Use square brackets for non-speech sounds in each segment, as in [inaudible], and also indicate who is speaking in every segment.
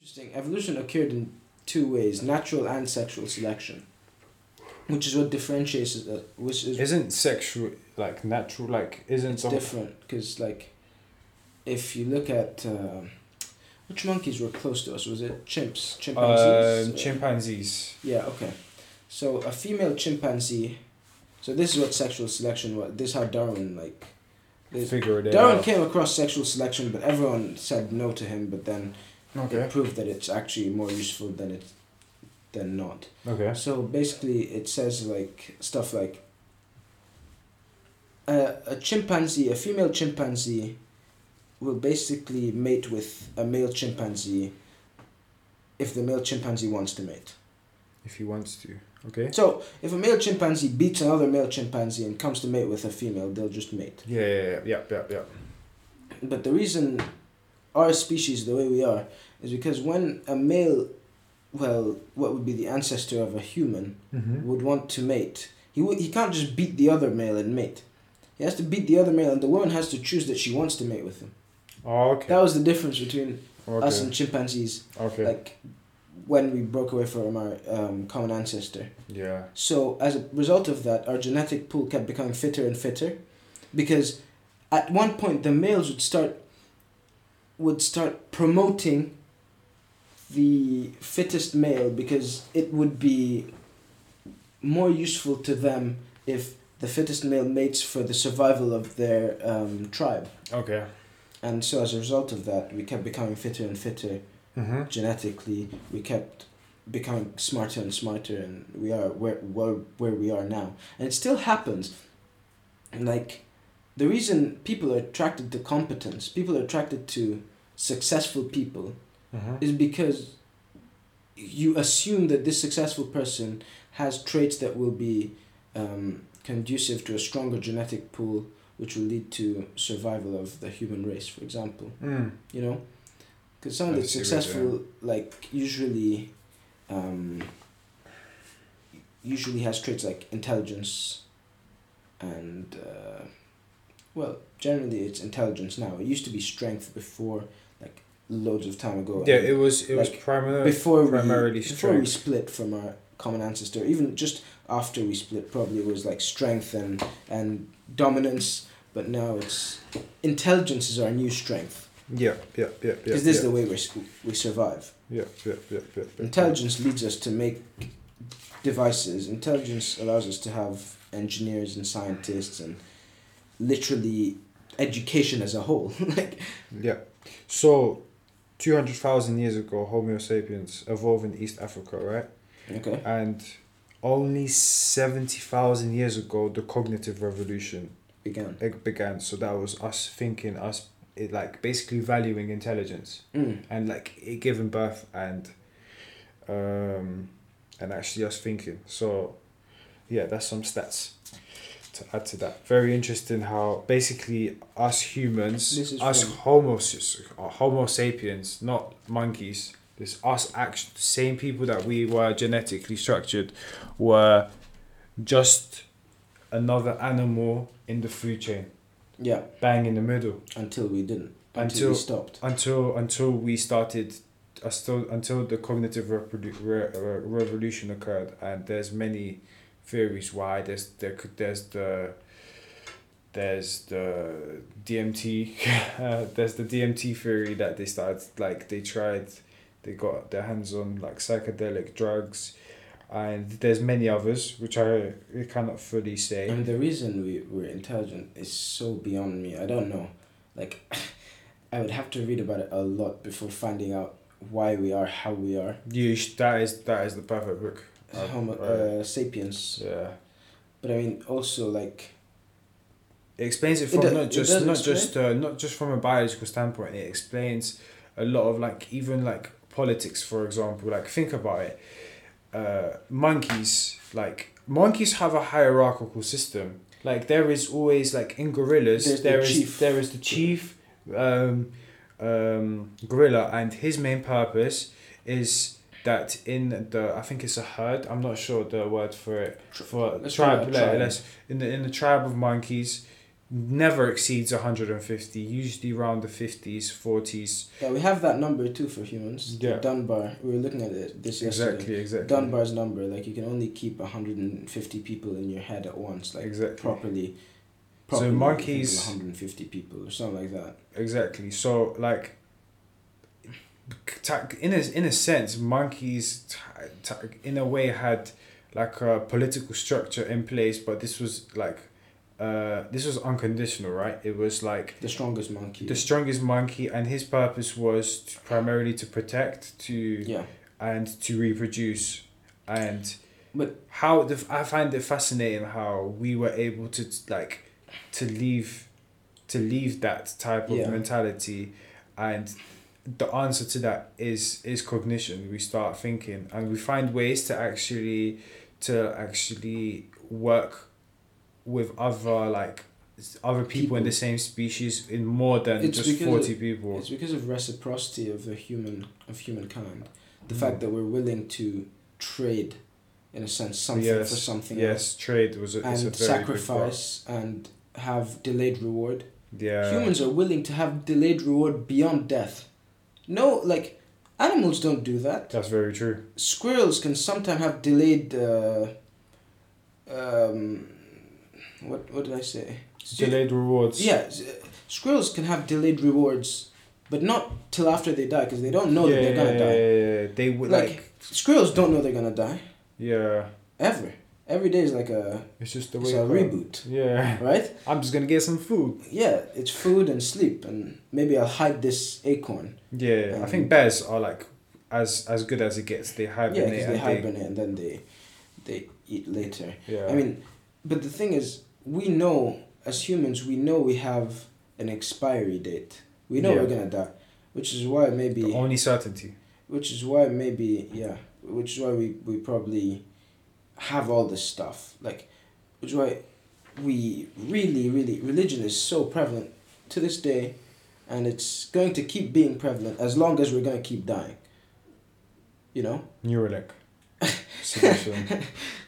Speaker 1: interesting. Evolution occurred in two ways: natural and sexual selection, which is what differentiates it. Which is
Speaker 2: Isn't sexual like natural? Like isn't some
Speaker 1: different because, like, if you look at uh, which monkeys were close to us, was it chimps, chimpanzees?
Speaker 2: um, chimpanzees?
Speaker 1: Yeah, okay. So a female chimpanzee. So this is what sexual selection was. This is how Darwin like. This,
Speaker 2: Figure it
Speaker 1: Darwin
Speaker 2: out.
Speaker 1: came across sexual selection, but everyone said no to him. But then
Speaker 2: Okay.
Speaker 1: it proved that it's actually more useful than it than not.
Speaker 2: Okay.
Speaker 1: So basically, it says like stuff like a, a chimpanzee, a female chimpanzee, will basically mate with a male chimpanzee if the male chimpanzee wants to mate.
Speaker 2: If he wants to. Okay.
Speaker 1: So if a male chimpanzee beats another male chimpanzee and comes to mate with a female, they'll just mate.
Speaker 2: Yeah. Yeah. Yeah. Yeah. Yeah.
Speaker 1: But the reason our species the way we are is because when a male, well, what would be the ancestor of a human,
Speaker 2: Mm-hmm.
Speaker 1: would want to mate. He would, he can't just beat the other male and mate. He has to beat the other male, and the woman has to choose that she wants to mate with him.
Speaker 2: Okay.
Speaker 1: That was the difference between us
Speaker 2: Okay.
Speaker 1: and chimpanzees,
Speaker 2: Okay.
Speaker 1: like when we broke away from our um, common ancestor.
Speaker 2: Yeah.
Speaker 1: So as a result of that, our genetic pool kept becoming fitter and fitter, because at one point the males would start would start promoting the fittest male because it would be more useful to them if the fittest male mates for the survival of their um, tribe.
Speaker 2: Okay.
Speaker 1: And so as a result of that, we kept becoming fitter and fitter
Speaker 2: Mm-hmm.
Speaker 1: genetically. We kept becoming smarter and smarter, and we are where where where we are now. And it still happens. And like, the reason people are attracted to competence, people are attracted to successful people,
Speaker 2: Mm-hmm.
Speaker 1: is because you assume that this successful person has traits that will be um, conducive to a stronger genetic pool which will lead to survival of the human race for example
Speaker 2: Mm.
Speaker 1: you know because some of
Speaker 2: I
Speaker 1: the
Speaker 2: see what
Speaker 1: successful like usually um, usually has traits like intelligence and uh, well generally it's intelligence now it used to be strength before like loads of time ago
Speaker 2: Yeah. It was. It was
Speaker 1: Like,
Speaker 2: primarily.
Speaker 1: before
Speaker 2: primarily
Speaker 1: we, before we
Speaker 2: strength.
Speaker 1: split from our common ancestor even just after we split probably it was like strength and and dominance but now it's intelligence is our new strength
Speaker 2: Yeah. Yeah. Yeah. Yeah.
Speaker 1: because this is the way we s- we survive.
Speaker 2: Yeah. Yeah. Yeah. Yeah. yeah.
Speaker 1: Intelligence leads us to make devices. Intelligence allows us to have engineers and scientists and literally education as a whole. [laughs] like
Speaker 2: Yeah. So, 200,000 years ago, Homo sapiens evolved in East Africa, right?
Speaker 1: okay,
Speaker 2: And only 70,000 years ago, the cognitive revolution
Speaker 1: began.
Speaker 2: like, began. So, that was us thinking, us it, like basically valuing intelligence
Speaker 1: Mm.
Speaker 2: and like it giving birth and um and actually us thinking so yeah that's some stats to add to that very interesting how basically us
Speaker 1: This
Speaker 2: humans
Speaker 1: is
Speaker 2: us
Speaker 1: from-
Speaker 2: homo s- uh, homo sapiens not monkeys this us act same people that we were genetically structured were just another animal in the food chain
Speaker 1: Yeah,
Speaker 2: bang in the middle
Speaker 1: until we didn't. Until,
Speaker 2: Until-
Speaker 1: we stopped.
Speaker 2: until until we started uh, still until the cognitive reprodu- re- re- revolution occurred and there's many theories why there's there could there's the there's the DMT [laughs] uh, there's the DMT theory that they started like they tried they got their hands on like psychedelic drugs and there's many others which I cannot fully say
Speaker 1: And the reason we were intelligent is so beyond me. I don't know. Like, [laughs] I would have to read about it a lot before finding out why we are how we are.
Speaker 2: you sh- that is that is the perfect book Uh,
Speaker 1: Homo
Speaker 2: right.
Speaker 1: uh, sapiens.
Speaker 2: yeah
Speaker 1: But I mean, also like
Speaker 2: It explains it
Speaker 1: It
Speaker 2: from
Speaker 1: do-
Speaker 2: not
Speaker 1: it
Speaker 2: just
Speaker 1: does
Speaker 2: not
Speaker 1: explain?
Speaker 2: just uh, not just from a biological standpoint. It explains a lot of like even like politics, for example. Like think about it, uh, monkeys like monkeys have a hierarchical system. Like there is always like in gorillas,
Speaker 1: There's
Speaker 2: There's
Speaker 1: the chief.
Speaker 2: there is the chief um, um, gorilla, and his main purpose is that in the I think it's a herd. I'm not sure the word for it
Speaker 1: Tri-
Speaker 2: for
Speaker 1: let's call it
Speaker 2: tribe.
Speaker 1: a
Speaker 2: like,
Speaker 1: tribe.
Speaker 2: let's in the in the tribe of monkeys, never exceeds 150 usually around the 50s 40s
Speaker 1: Yeah, we have that number too for humans. the
Speaker 2: Yeah.
Speaker 1: Dunbar. We were looking at it this yesterday.
Speaker 2: exactly exactly
Speaker 1: Dunbar's number, like you can only keep hundred and fifty people in your head at once, like
Speaker 2: Exactly.
Speaker 1: properly.
Speaker 2: So
Speaker 1: properly you can handle
Speaker 2: monkeys-
Speaker 1: 150 people or something like that.
Speaker 2: exactly so like ta- in a, in a sense monkeys ta- ta- in a way had like a political structure in place but this was like uh this was unconditional right it was like
Speaker 1: The strongest monkey.
Speaker 2: the strongest monkey and his purpose was to, primarily to protect to
Speaker 1: yeah,
Speaker 2: and to reproduce and
Speaker 1: But-
Speaker 2: how the, i find it fascinating how we were able to like to leave to leave that type of
Speaker 1: Yeah.
Speaker 2: mentality and the answer to that is is cognition we start thinking and we find ways to actually to actually work with other like s- other people, in the same species in more than
Speaker 1: It's
Speaker 2: just
Speaker 1: because
Speaker 2: 40 people
Speaker 1: it's because of reciprocity of the human of humankind. The
Speaker 2: Hmm.
Speaker 1: fact that we're willing to trade, in a sense, something
Speaker 2: yes
Speaker 1: for something else,
Speaker 2: yes trade was a, is a
Speaker 1: and
Speaker 2: very sacrifice
Speaker 1: sacrifice and have delayed reward.
Speaker 2: Yeah.
Speaker 1: Humans are willing to have delayed reward beyond death. No, like animals don't do that.
Speaker 2: That's very true.
Speaker 1: Squirrels can sometimes have delayed. Uh, um, what what did I say?
Speaker 2: Delayed rewards.
Speaker 1: Yeah, s- uh, squirrels can have delayed rewards, but not till after they die because they don't know that they're gonna die.
Speaker 2: yeah, yeah. They would
Speaker 1: Like-
Speaker 2: like,
Speaker 1: Squirrels don't know they're gonna die
Speaker 2: Yeah.
Speaker 1: ever. Every day is like a
Speaker 2: It's just the way.
Speaker 1: it's a
Speaker 2: it
Speaker 1: reboot,
Speaker 2: goes. Yeah. [laughs]
Speaker 1: right?
Speaker 2: I'm just gonna get some food.
Speaker 1: Yeah, it's food and sleep, and maybe I'll hide this acorn.
Speaker 2: Yeah. I think
Speaker 1: Um,
Speaker 2: bears are like as as good as it gets. They
Speaker 1: Yeah,
Speaker 2: hibernate.
Speaker 1: because
Speaker 2: and
Speaker 1: they hibernate and then they they eat later.
Speaker 2: yeah.
Speaker 1: I mean, but the thing is, we know as humans, we know we have an expiry date. We know
Speaker 2: Yeah.
Speaker 1: we're gonna die, which is why maybe,
Speaker 2: the only certainty.
Speaker 1: which is why maybe, yeah, which is why we we probably have all this stuff. Like, which is why we really, really religion is so prevalent to this day, and it's going to keep being prevalent as long as we're gonna keep dying. You know. [laughs]
Speaker 2: Neuralink. Solution.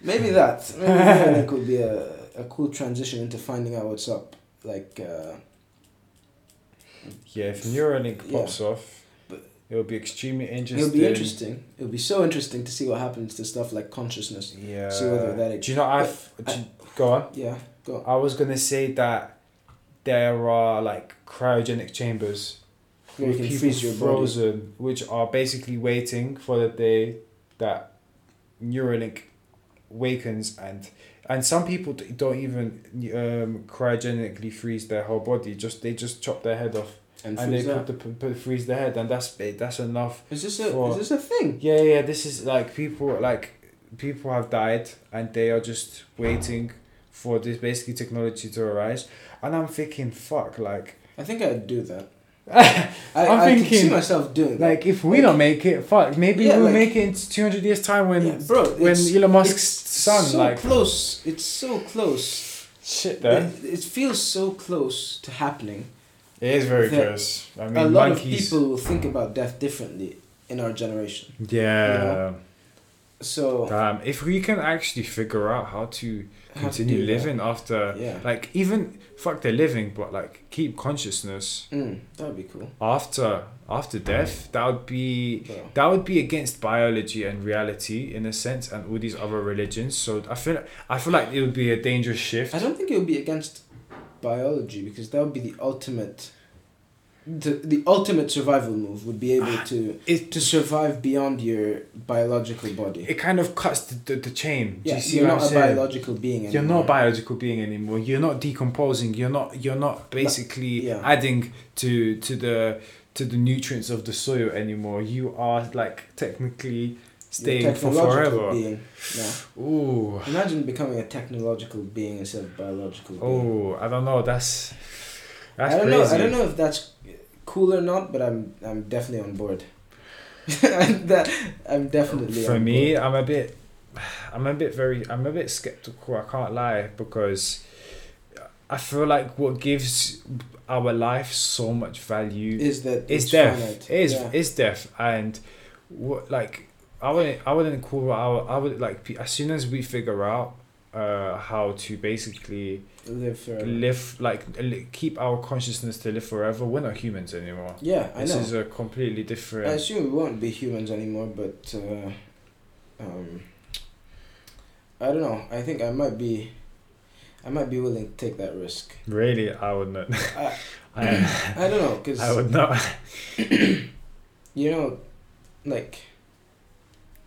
Speaker 1: Maybe that. Maybe that could be a, a cool transition into finding out what's up. Like, uh,
Speaker 2: Yeah. If Neuralink
Speaker 1: Yeah.
Speaker 2: pops off,
Speaker 1: But-
Speaker 2: it will be extremely interesting.
Speaker 1: it'll be interesting. It'll be so interesting to see what happens to stuff like consciousness.
Speaker 2: Yeah.
Speaker 1: See whether that-
Speaker 2: Do you know? I've.
Speaker 1: I-
Speaker 2: do you- go on.
Speaker 1: Yeah, go.
Speaker 2: I was gonna say that there are like cryogenic chambers
Speaker 1: Where you
Speaker 2: with
Speaker 1: can
Speaker 2: people
Speaker 1: freeze your body.
Speaker 2: frozen, which are basically waiting for the day that Neuralink wakens and and some people d- don't even um, cryogenically freeze their whole body. Just they just chop their head off
Speaker 1: And
Speaker 2: and,
Speaker 1: freeze
Speaker 2: they
Speaker 1: that.
Speaker 2: put the p- put, freeze their head, and that's it. That's enough.
Speaker 1: Is this a
Speaker 2: for-
Speaker 1: is this a thing?
Speaker 2: Yeah, yeah. This is like people like people have died, and they are just waiting for this basically technology to arise. And I'm thinking, fuck, like. [laughs]
Speaker 1: I think I'd do that.
Speaker 2: I'm
Speaker 1: I, I can see
Speaker 2: thinking,
Speaker 1: myself doing that.
Speaker 2: Like if we don't make it, fuck. Maybe
Speaker 1: Yeah,
Speaker 2: we'll
Speaker 1: like-
Speaker 2: make it in two hundred years time when
Speaker 1: Yeah, bro,
Speaker 2: when
Speaker 1: it's-
Speaker 2: Elon Musk's
Speaker 1: it's
Speaker 2: son
Speaker 1: so
Speaker 2: like
Speaker 1: close. It's so close.
Speaker 2: shit. There,
Speaker 1: It, it feels so close to happening.
Speaker 2: it is very
Speaker 1: There-
Speaker 2: close. I mean,
Speaker 1: a lot
Speaker 2: monkeys.
Speaker 1: of people will think about death differently in our generation.
Speaker 2: yeah.
Speaker 1: So
Speaker 2: Damn. If we can actually figure out how to
Speaker 1: how to do
Speaker 2: continue
Speaker 1: that.
Speaker 2: living after,
Speaker 1: Yeah.
Speaker 2: like even fuck the living, but like keep consciousness
Speaker 1: Mm, that would be cool.
Speaker 2: after after
Speaker 1: Mm.
Speaker 2: death. That would be
Speaker 1: Bro.
Speaker 2: that would be against biology and reality in a sense, and all these other religions. So I feel I feel like it would be a dangerous shift.
Speaker 1: I don't think it would be against biology because that would be the ultimate. The, the ultimate survival move would be
Speaker 2: Ah.
Speaker 1: able to
Speaker 2: It
Speaker 1: to survive beyond your biological body.
Speaker 2: it kind of cuts the, the, the chain. Do
Speaker 1: Yeah,
Speaker 2: you see
Speaker 1: you are
Speaker 2: what
Speaker 1: not
Speaker 2: I'm
Speaker 1: a
Speaker 2: saying?
Speaker 1: biological being anymore.
Speaker 2: you're not a biological being anymore. You're not decomposing. You're not you're not basically
Speaker 1: yeah.
Speaker 2: adding to to the to the nutrients of the soil anymore. You are like technically
Speaker 1: You're a
Speaker 2: staying for
Speaker 1: technological
Speaker 2: forever.
Speaker 1: Being.
Speaker 2: [sighs]
Speaker 1: Yeah.
Speaker 2: Ooh.
Speaker 1: Imagine becoming a technological being instead of biological. being.
Speaker 2: Oh, I don't know. That's that's
Speaker 1: I don't
Speaker 2: crazy.
Speaker 1: know. I don't know if that's cool or not, but I'm I'm definitely on board. [laughs] that I'm definitely.
Speaker 2: For
Speaker 1: on
Speaker 2: me,
Speaker 1: board.
Speaker 2: I'm a bit, I'm a bit very, I'm a bit skeptical. I can't lie because I feel like what gives our life so much value
Speaker 1: is that
Speaker 2: is
Speaker 1: it's
Speaker 2: death.
Speaker 1: finite.
Speaker 2: Is
Speaker 1: Yeah.
Speaker 2: is death and what like I wouldn't I wouldn't call our I would like pe- as soon as we figure out uh, how to basically
Speaker 1: Live forever.
Speaker 2: live like li- keep our consciousness to live forever. We're not humans anymore.
Speaker 1: yeah, I
Speaker 2: This
Speaker 1: know.
Speaker 2: is a completely different.
Speaker 1: I assume we won't be humans anymore, but uh, um, I don't know. I think I might be, I might be willing to take that risk.
Speaker 2: Really, I would not.
Speaker 1: I-
Speaker 2: [laughs] I,
Speaker 1: I don't know, cause
Speaker 2: [laughs] I would not.
Speaker 1: you know, like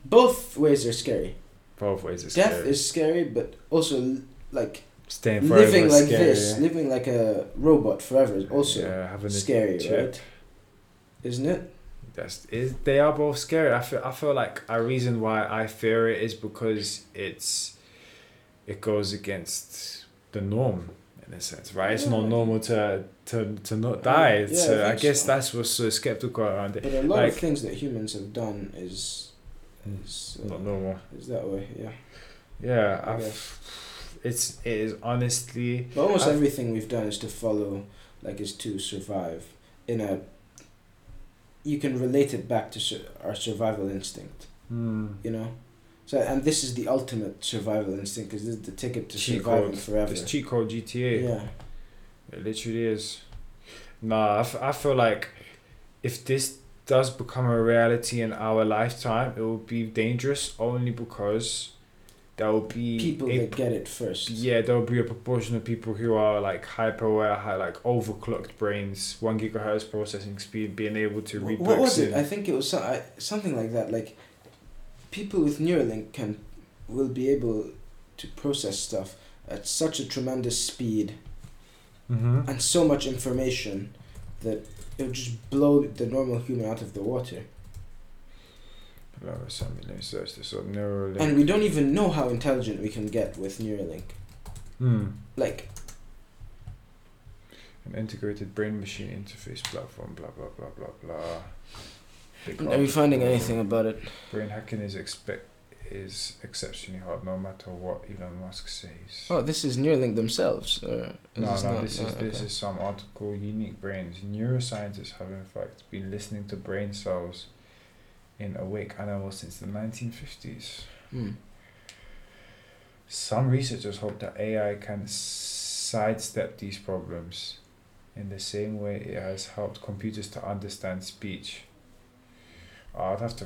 Speaker 1: both ways are scary.
Speaker 2: Both ways is
Speaker 1: Death
Speaker 2: scary.
Speaker 1: is scary, but also like
Speaker 2: Staying forever
Speaker 1: living
Speaker 2: is
Speaker 1: like
Speaker 2: scary.
Speaker 1: this, living like a robot forever is also
Speaker 2: yeah, having a
Speaker 1: scary,
Speaker 2: chip.
Speaker 1: right? Isn't it?
Speaker 2: That's is they are both scary. I feel I feel like a reason why I fear it is because it's it goes against the norm in a sense, right? It's not
Speaker 1: Yeah.
Speaker 2: normal to to, to not die.
Speaker 1: Yeah, I
Speaker 2: It's, uh, I,
Speaker 1: think
Speaker 2: guess
Speaker 1: so.
Speaker 2: that's what's so skeptical around it.
Speaker 1: But a lot of
Speaker 2: like-
Speaker 1: things that humans have done is
Speaker 2: Mm.
Speaker 1: is, uh,
Speaker 2: Not normal.
Speaker 1: is that way, yeah.
Speaker 2: Yeah,
Speaker 1: I
Speaker 2: I f- it's it is honestly
Speaker 1: But almost
Speaker 2: I've-
Speaker 1: everything we've done is to follow, like, is to survive in a. You can relate it back to sur- our survival instinct,
Speaker 2: hmm,
Speaker 1: you know. So and this is the ultimate survival instinct because this is the ticket to
Speaker 2: Cheat
Speaker 1: surviving
Speaker 2: code.
Speaker 1: forever.
Speaker 2: it's cheat code GTA.
Speaker 1: Yeah,
Speaker 2: It literally is. Nah, I, f- I feel like if this does become a reality in our lifetime, it will be dangerous only because there will be
Speaker 1: people
Speaker 2: E a-
Speaker 1: that get it first.
Speaker 2: yeah, there will be a proportion of people who are like hyper aware, high, like overclocked brains, one gigahertz processing speed, being able to
Speaker 1: Wh-
Speaker 2: read
Speaker 1: what
Speaker 2: books
Speaker 1: was it?
Speaker 2: in-
Speaker 1: I think it was so, I, something like that. Like, people with Neuralink can will be able to process stuff at such a tremendous speed
Speaker 2: Mhm.
Speaker 1: and so much information that it would just blow the normal human out of the water.
Speaker 2: Let me- let me- let me search this up. Neuralink.
Speaker 1: And we don't even know how intelligent we can get with Neuralink.
Speaker 2: Hmm.
Speaker 1: Like,
Speaker 2: An integrated brain machine interface platform, blah, blah, blah, blah, blah. Big
Speaker 1: are we
Speaker 2: up.
Speaker 1: finding anything about it?
Speaker 2: Brain hacking is expect is exceptionally hard, no matter what Elon Musk says.
Speaker 1: Oh, this is Neuralink themselves. Or is
Speaker 2: no,
Speaker 1: this
Speaker 2: no,
Speaker 1: not-
Speaker 2: this
Speaker 1: no,
Speaker 2: is this
Speaker 1: okay.
Speaker 2: is some article. Unique brains. Neuroscientists have in fact been listening to brain cells in awake animals since the 1950s.
Speaker 1: Hmm.
Speaker 2: Some researchers hope that AI can sidestep these problems in the same way it has helped computers to understand speech. Oh, I'd have to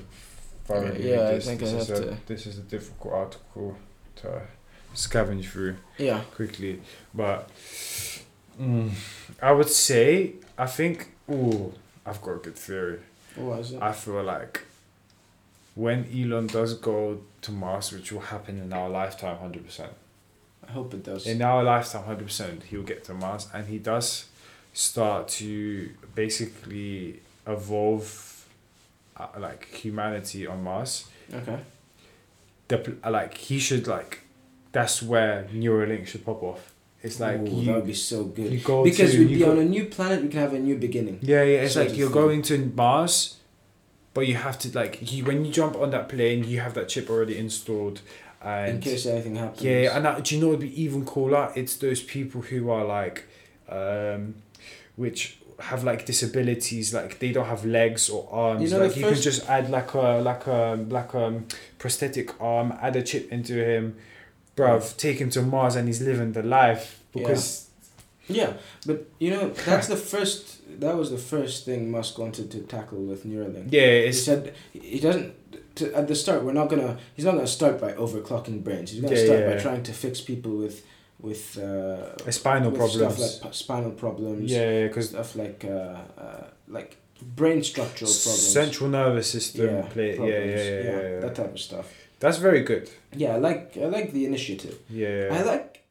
Speaker 2: thoroughly read
Speaker 1: Uh, yeah, I
Speaker 2: this.
Speaker 1: think
Speaker 2: this
Speaker 1: I'd
Speaker 2: is
Speaker 1: have
Speaker 2: a,
Speaker 1: to-
Speaker 2: This is a difficult article to scavenge through
Speaker 1: Yeah.
Speaker 2: quickly, but mm, I would say I think. Ooh, I've got a good theory.
Speaker 1: What was it?
Speaker 2: I feel like when Elon does go to Mars, which will happen in our lifetime, hundred percent.
Speaker 1: I hope it does.
Speaker 2: In our lifetime, hundred percent, he'll get to Mars, and he does start to basically evolve, uh, like humanity on Mars.
Speaker 1: Okay.
Speaker 2: The pl- uh, like he should like, that's where Neuralink should pop off. It's like
Speaker 1: Ooh, that
Speaker 2: you,
Speaker 1: would be so good.
Speaker 2: you go
Speaker 1: because
Speaker 2: to,
Speaker 1: we'd
Speaker 2: you
Speaker 1: be
Speaker 2: go-
Speaker 1: on a new planet, we can have a new beginning.
Speaker 2: yeah, yeah. It's
Speaker 1: sort
Speaker 2: like
Speaker 1: of
Speaker 2: you're
Speaker 1: thing.
Speaker 2: going to Mars, but you have to like you when you jump on that plane, you have that chip already installed, and
Speaker 1: in case anything happens.
Speaker 2: yeah, and that, do you know what would be even cooler? It's those people who are like, um, which have like disabilities, like they don't have legs or arms.
Speaker 1: You know,
Speaker 2: like
Speaker 1: the
Speaker 2: you
Speaker 1: first-
Speaker 2: can just add like a like a like um prosthetic arm, add a chip into him, bruv. Take him to Mars and he's living the life because
Speaker 1: Yeah, but you know that's the first. That was the first thing Musk wanted to tackle with Neuralink.
Speaker 2: yeah,
Speaker 1: He
Speaker 2: it's
Speaker 1: said he doesn't. To, at the start, we're not gonna. He's not gonna start by overclocking brains. He's gonna
Speaker 2: Yeah,
Speaker 1: start
Speaker 2: yeah,
Speaker 1: by
Speaker 2: yeah.
Speaker 1: trying to fix people with with uh,
Speaker 2: a spinal
Speaker 1: with
Speaker 2: problems.
Speaker 1: stuff like p- spinal problems.
Speaker 2: yeah, because
Speaker 1: Stuff like uh, uh, like brain structural problems.
Speaker 2: central nervous system
Speaker 1: yeah,
Speaker 2: play. Yeah, yeah,
Speaker 1: problems,
Speaker 2: yeah, yeah, yeah.
Speaker 1: That type of stuff.
Speaker 2: That's very good.
Speaker 1: Yeah, I like I like the initiative.
Speaker 2: Yeah.
Speaker 1: I like